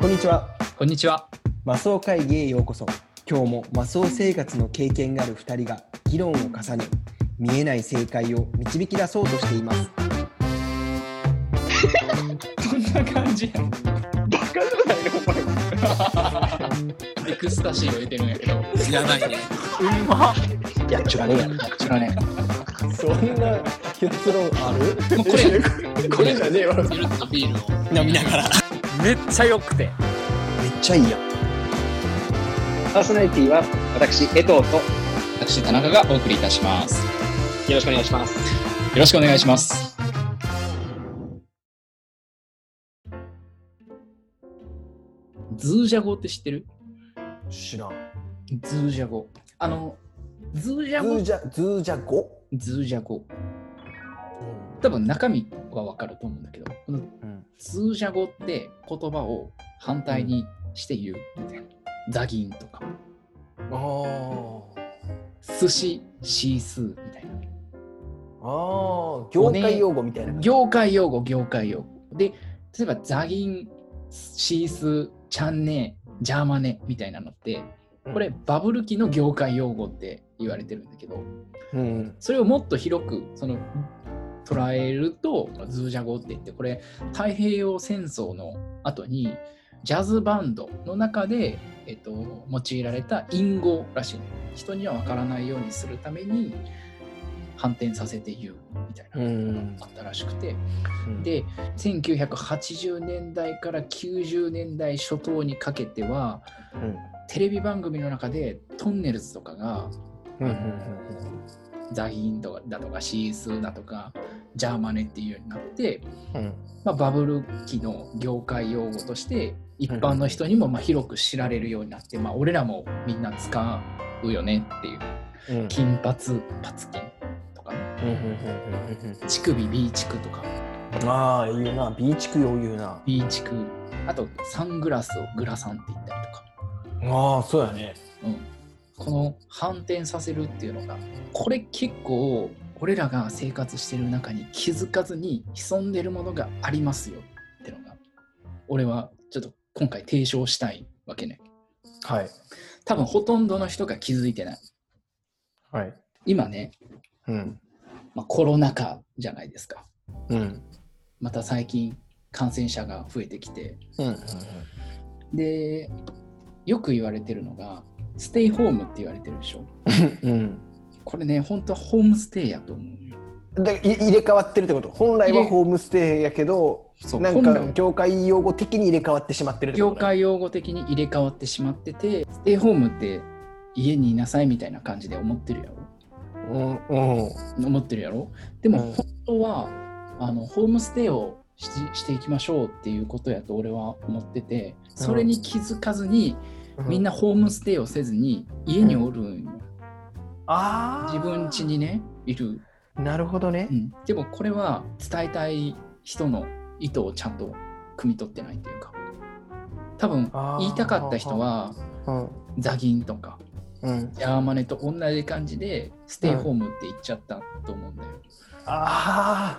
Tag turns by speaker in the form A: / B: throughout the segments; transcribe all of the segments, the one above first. A: こんにちは。
B: こんにちは。
A: マスオ会議へようこそ。今日もマスオ生活の経験がある2人が議論を重ね、見えない正解を導き出そうとしています。
B: こんな感じやん。エクスタシーを入れてるんやけど。
C: いらないね。
A: やっちゅらねや。
B: 知らね
A: そんな結論ある
B: もうこれ、これ
A: じゃねえわ。
B: ゆるっとビールを。
C: 飲みながら。めっちゃ良くて。
A: めっちゃいいやん。
D: パーソナリティは私、江藤とよ
B: 私、田中がお送りいたします。よ
D: ろしくお願いします。
B: ろしくお願いします。ズージャ語って知ってる
A: 知らん。
B: ズージャ語。あの、ズージ
A: ズ
B: ャ語
A: ー。ジャ、ズージャ5。
B: ズージャ語。多分中身はわかると思うんだけど、この
A: うん。
B: ズージャ語って言葉を反対にして言うみたいな。ザギンとか。
A: あ
B: 寿司シースーみたいな
A: あ。ああ。業界用語みたいな。
B: 業界用語業界用語で例えばザギンシースーチャンネージャーマネみたいなのってこれ、バブル期の業界用語って言われてるんだけど
A: うん。
B: それをもっと広くその捉えるとズージャ語って言ってこれ太平洋戦争の後にジャズバンドの中で、えっと、用いられた隠語らしいね人には分からないようにするために反転させて言うみたいな
A: うん
B: あったらしくて
A: うん、
B: で1980年代から90年代初頭にかけては
A: うん、
B: テレビ番組の中でトンネルズとかが
A: うんうん
B: ザギンとかだとかシースーだとかジャーマネっていうようになって、
A: うんうん
B: まあ、バブル期の業界用語として一般の人にもまあ広く知られるようになって、まあ、俺らもみんな使うよねっていう
A: うんうん
B: 金髪パツキンとか、ね、
A: うんうんうんうん
B: 乳首 B チクとか
A: うんああ言うな B 地区よう言うな
B: B チクあとサングラスをグラサンって言ったりとか、
A: ああそうやね
B: うん、この反転させるっていうのがこれ結構俺らが生活してる中に気づかずに潜んでるものがありますよってのが俺はちょっと今回提唱したいわけね
A: はい
B: 多分ほとんどの人が気づいてない
A: はい
B: 今ね、
A: うん
B: まあ、コロナ禍じゃないですか
A: うん
B: また最近感染者が増えてきて
A: うん
B: でよく言われてるのがステイホームって言われてるでしょ
A: うん
B: これね本当はホームステイやと思うのよ
A: だからい入れ替わってるってこと本来はホームステイやけど
B: そう
A: なん
B: 本来
A: か
B: は
A: 業界用語的に入れ替わってしまってるってこ
B: 業
A: と
B: 界用語的に入れ替わってしまっててステイホームって家にいなさいみたいな感じで思ってるやろ
A: うんうん
B: 思ってるやろでも
A: うん
B: 本当は、あのホームステイをししていきましょうっていうことやと俺は思っててそれに気づかずに、みん
A: な
B: なホームステイをせずに家におるんよ
A: ああ
B: 自分家にねいる、
A: なるほどね
B: うんでもこれは伝えたい人の意図をちゃんと汲み取ってないっていうか多分
A: あー
B: 言いたかった人は
A: うん
B: ザギンとか
A: うん
B: ジャーマネと同じ感じでステイホームって言っちゃったと思うんだよ、
A: ああ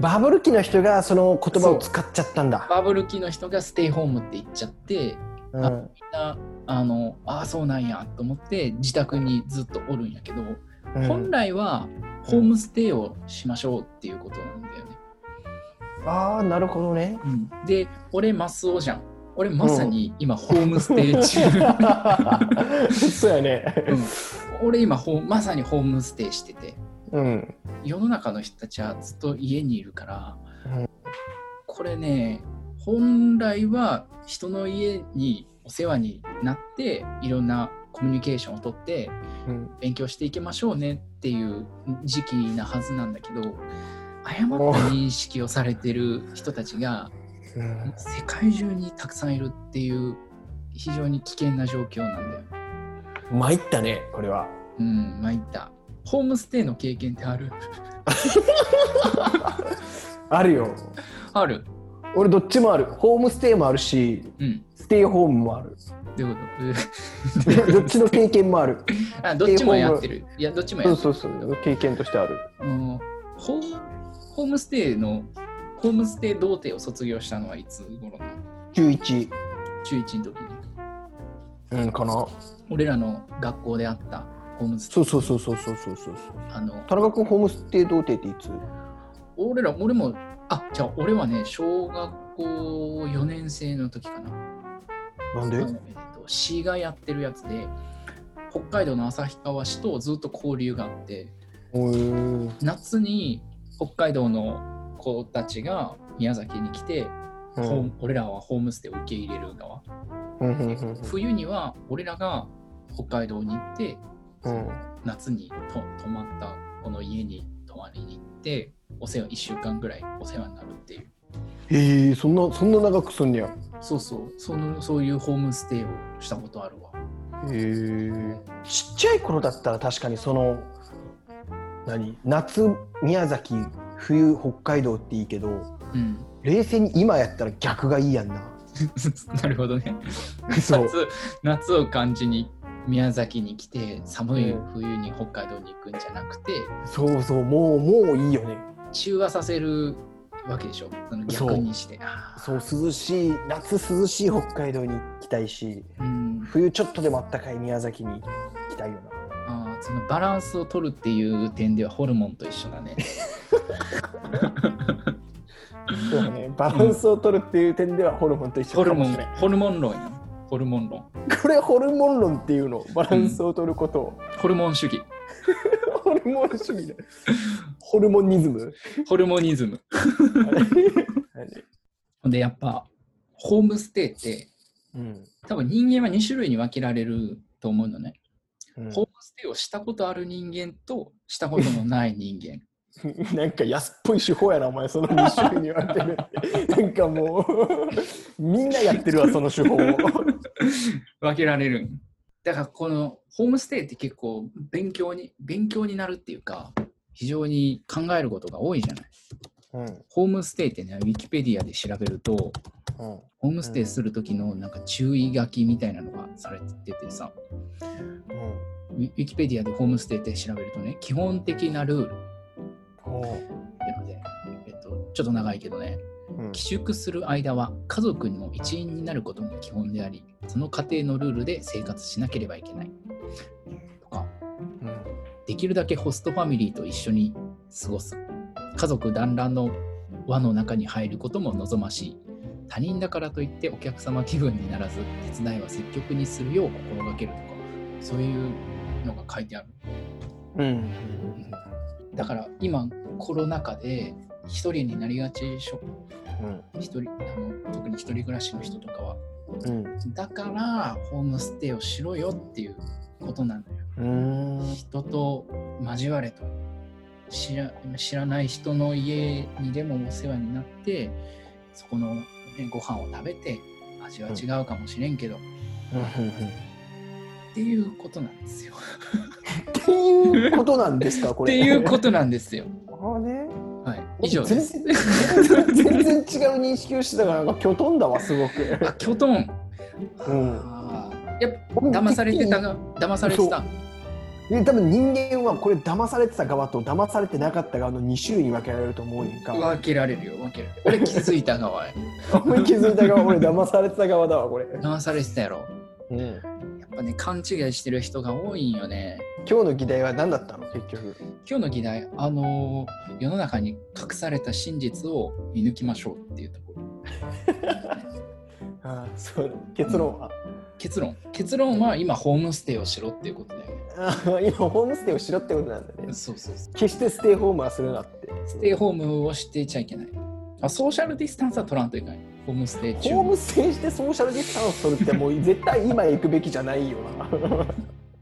A: バブル期の人がその言葉を使っちゃったんだ
B: バブル期の人がステイホームって言っちゃって
A: うんうん
B: みんなあのああそうなんやと思って自宅にずっとおるんやけど、本来はホームステイをしましょうっていうことなんだよね、
A: ああなるほどね
B: で俺マスオじゃん俺まさに今ホームステイ中、
A: そうやね。
B: うん俺今ホーまさにホームステイしてて
A: うん。
B: 世の中の人たちはずっと家にいるから、
A: うん
B: これね本来は人の家にお世話になっていろんなコミュニケーションをとって
A: うん。
B: 勉強していきましょうねっていう時期なはずなんだけど誤った認識をされてる人たちが
A: うん
B: 世界中にたくさんいるっていう非常に危険な状況なんだよ。
A: 参ったね、これは。
B: うん、参った。ホームステイの経験ってある
A: あるよ。
B: ある。
A: 俺どっちもある。ホームステイもあるし、
B: うん。
A: ステイホームもある。
B: どういうこと
A: どっちの経験もある。
B: あどっちもやってる。いや、どっちもや
A: そ
B: っ
A: う
B: て
A: そうそう。経験としてある。
B: る。もうホームホームステイの、ホームステイ童貞を卒業したのはいつ頃なの
A: 11。
B: 中1の時に
A: うんかな
B: 俺らの学校であったホームステ
A: そ
B: イ
A: うそうそうそうそうそうそう
B: あの
A: 田中君ホームステイ童貞っていつ
B: 俺ら俺もあじゃあ俺はね小学校4年生の時かな
A: なんで
B: あのえっと市がやってるやつで北海道の旭川市とずっと交流があって
A: おー
B: 夏に北海道の子たちが宮崎に来て、
A: う
B: ホー
A: ん
B: ム俺らはホームステイを受け入れる側、
A: うんうんうん
B: 冬には俺らが北海道に行って
A: うん
B: 夏にと泊まったこの家に泊まりに行ってお世話1週間ぐらいお世話になるっていう
A: えー、そんなそんな長くすんねや
B: そうそうそのそういうホームステイをしたことあるわ
A: えー、ちっちゃい頃だったら確かにその何夏宮崎冬北海道っていいけど
B: うん
A: 冷静に今やったら逆がいいやんな
B: なるほどね
A: そう
B: 夏夏を感じに宮崎に来て寒い冬に北海道に行くんじゃなくて、
A: そうそうもうもういいよね
B: 中和させるわけでしょその逆にしてあー
A: そう涼しい夏涼しい北海道に行きたいし
B: うん、
A: 冬ちょっとでもあったかい宮崎に行きたいよな
B: あーそのバランスを取るっていう点ではホルモンと一緒 だね
A: そうだねバランスを取るっていう点ではホルモンと一緒
B: ホル
A: かも
B: モン
A: しれない
B: ホルモン論やホルモン論
A: これホルモン論っていうのバランスを取ることを、
B: ホルモン主義
A: ホルモン主義だホルモニズム
B: ホルモニズムでやっぱホームステイって
A: うん、
B: 多分人間は2種類に分けられると思うのね、
A: うん
B: ホームステイをしたことある人間としたことのない人間
A: なんか安っぽい手法やなお前その2種類に分けるってなんかもうみんなやってるわその手法を
B: 分けられるんだからこのホームステイって結構勉強に勉強になるっていうか非常に考えることが多いじゃない
A: うん
B: ホームステイってねウィキペディアで調べると
A: うん
B: ホームステイする時のなんか注意書きみたいなのがされててさ
A: うん
B: ウィウィキペディアでホームステイって調べるとね基本的なルール
A: おう
B: ってので、えっと、ちょっと長いけどね
A: うん
B: 寄宿する間は家族の一員になることも基本でありその家庭のルールで生活しなければいけないとか
A: うん
B: できるだけホストファミリーと一緒に過ごす家族団らんの輪の中に入ることも望ましい他人だからといってお客様気分にならず手伝いは積極にするよう心がけるとかそういうのが書いてある
A: うん
B: だから今コロナ禍で一人になりがちでしょ
A: うん
B: 一人あの特に一人暮らしの人とかは
A: うん
B: だからホームステイをしろよっていうことなのよ
A: うん
B: 人と交われと知ら知らない人の家にでもお世話になってそこの、ね、ご飯を食べて味は違うかもしれんけど、っていうことなんですよ。っ
A: っていうことなんですかこれ
B: ていうことなんですよ。
A: とあね
B: はい、以上です。
A: 全然全然違う認識をしてたからなんかきょとんだわすごく
B: あ、キョトン。
A: うん
B: あーやっぱ騙されてたが、騙されてた。
A: で多分人間はこれ騙されてた側と騙されてなかった側の2種類に分けられると思うねんか
B: 分けられるよ、分けられる。俺気づいた側や。
A: お前気づいた側俺騙されてた側だわこれ、
B: 騙されてたやろ。
A: うん、
B: やっぱね、勘違いしてる人が多いんよね。
A: 今日の議題は何だったの結局
B: 今日の議題、あのー世の中に隠された真実を見抜きましょうっていうところ。
A: ああそう結論は、
B: 結論。結論は今、ホームステイをしろっていうことだよ
A: ああ今ホームステイをしろってことなんだ
B: ね。
A: ね
B: そうそうそう。
A: 決してステイホームはするなって
B: ステイホームをしていちゃいけない。あソーシャルディスタンスは取らんといかない。ホームステイ中。
A: ホームステイしてソーシャルディスタンス取るってもう絶対今へ行くべきじゃないよ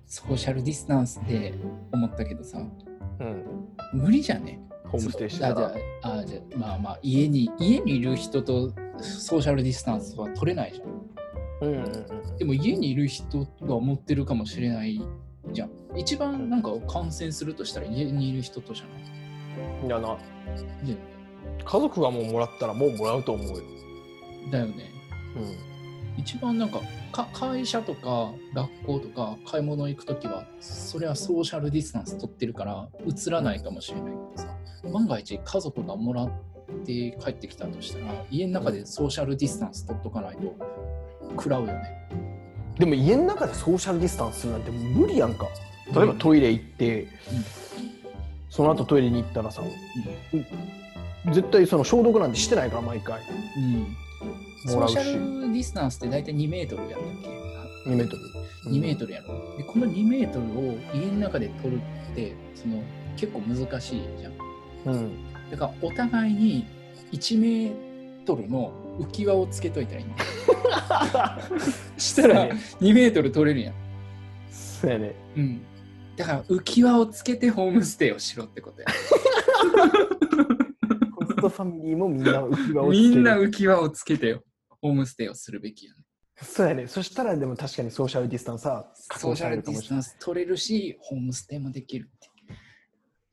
B: ソーシャルディスタンスって思ったけどさ、
A: な、うん、
B: 無理じゃね
A: ホームステイしてた
B: そうあ
A: ら
B: じゃああじゃあまあまあ家に家にいる人とソーシャルディスタンスは取れないじゃん
A: うんうんうん
B: でも家にいる人が持ってるかもしれないじゃん一番なんか感染するとしたら家にいる人とじゃない
A: いやな
B: で
A: 家族がもうもらったらもうもらうと思うよ、
B: だよね一番なんかか会社とか学校とか買い物行く時はそれはソーシャルディスタンス取ってるから映らないかもしれないけどさ万が一家族がもらって帰ってきたとしたら家の中でソーシャルディスタンス取っとかないと食らうよね。
A: でも家の中でソーシャルディスタンスするなんて無理やんか例えばトイレ行って、その後トイレに行ったらさ、絶対その消毒なんてしてないから毎回
B: うん。ソ
A: もら
B: ー
A: うし
B: シャルディスタンスって大体2メートルやったっけ
A: 2メートル
B: 2メートルやろ。で、この2メートルを家の中で取るって、その結構難しいじゃん。
A: ル うん
B: だからお互いに1メートルの浮き輪をつけといたらいいん だよしたら2メートル取れるやん。
A: そうやね
B: うん。だから浮き輪をつけてホームステイをしろってことや。
A: ホストファミリーもみんな浮き輪をつけ
B: み
A: る
B: んな浮き輪をつけてよホームステイをするべきやね。
A: そうやねそしたらでも確かにソーシャルディスタンスは確
B: ソー
A: 保
B: シ
A: さ
B: ャ
A: れ
B: ル
A: るか
B: ディ
A: も
B: ス
A: しれ
B: タ
A: ない
B: ンス取れるし、ホームステイもできるって。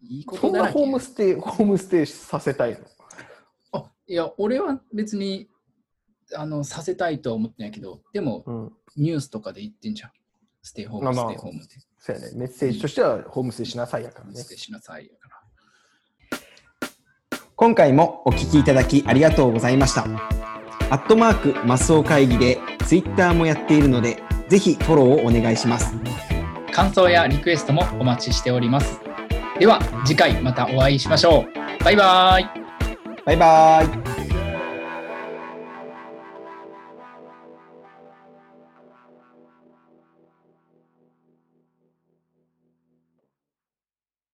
B: いいこ
A: そ
B: と
A: ん
B: だ
A: な
B: らけ
A: ホ
B: や
A: ームステイホームステイさせたいの
B: あいや、俺は別にあのさせたいとは思ってないけど、でも
A: うん
B: ニュースとかで言ってんじゃん。ステイホー
A: まあ
B: ム、
A: まあ
B: ステイホームで。
A: そうやねメッセージとしてはホームステイしなさいやからね
B: ステイしなさいやから。
A: 今回もお聞きいただきありがとうございました。アットマークマスオ会議でツイッターもやっているので、ぜひフォローをお願いします。
B: 感想やリクエストもお待ちしております。では次回またお会いしましょう。バイバイ。
A: バイバイ。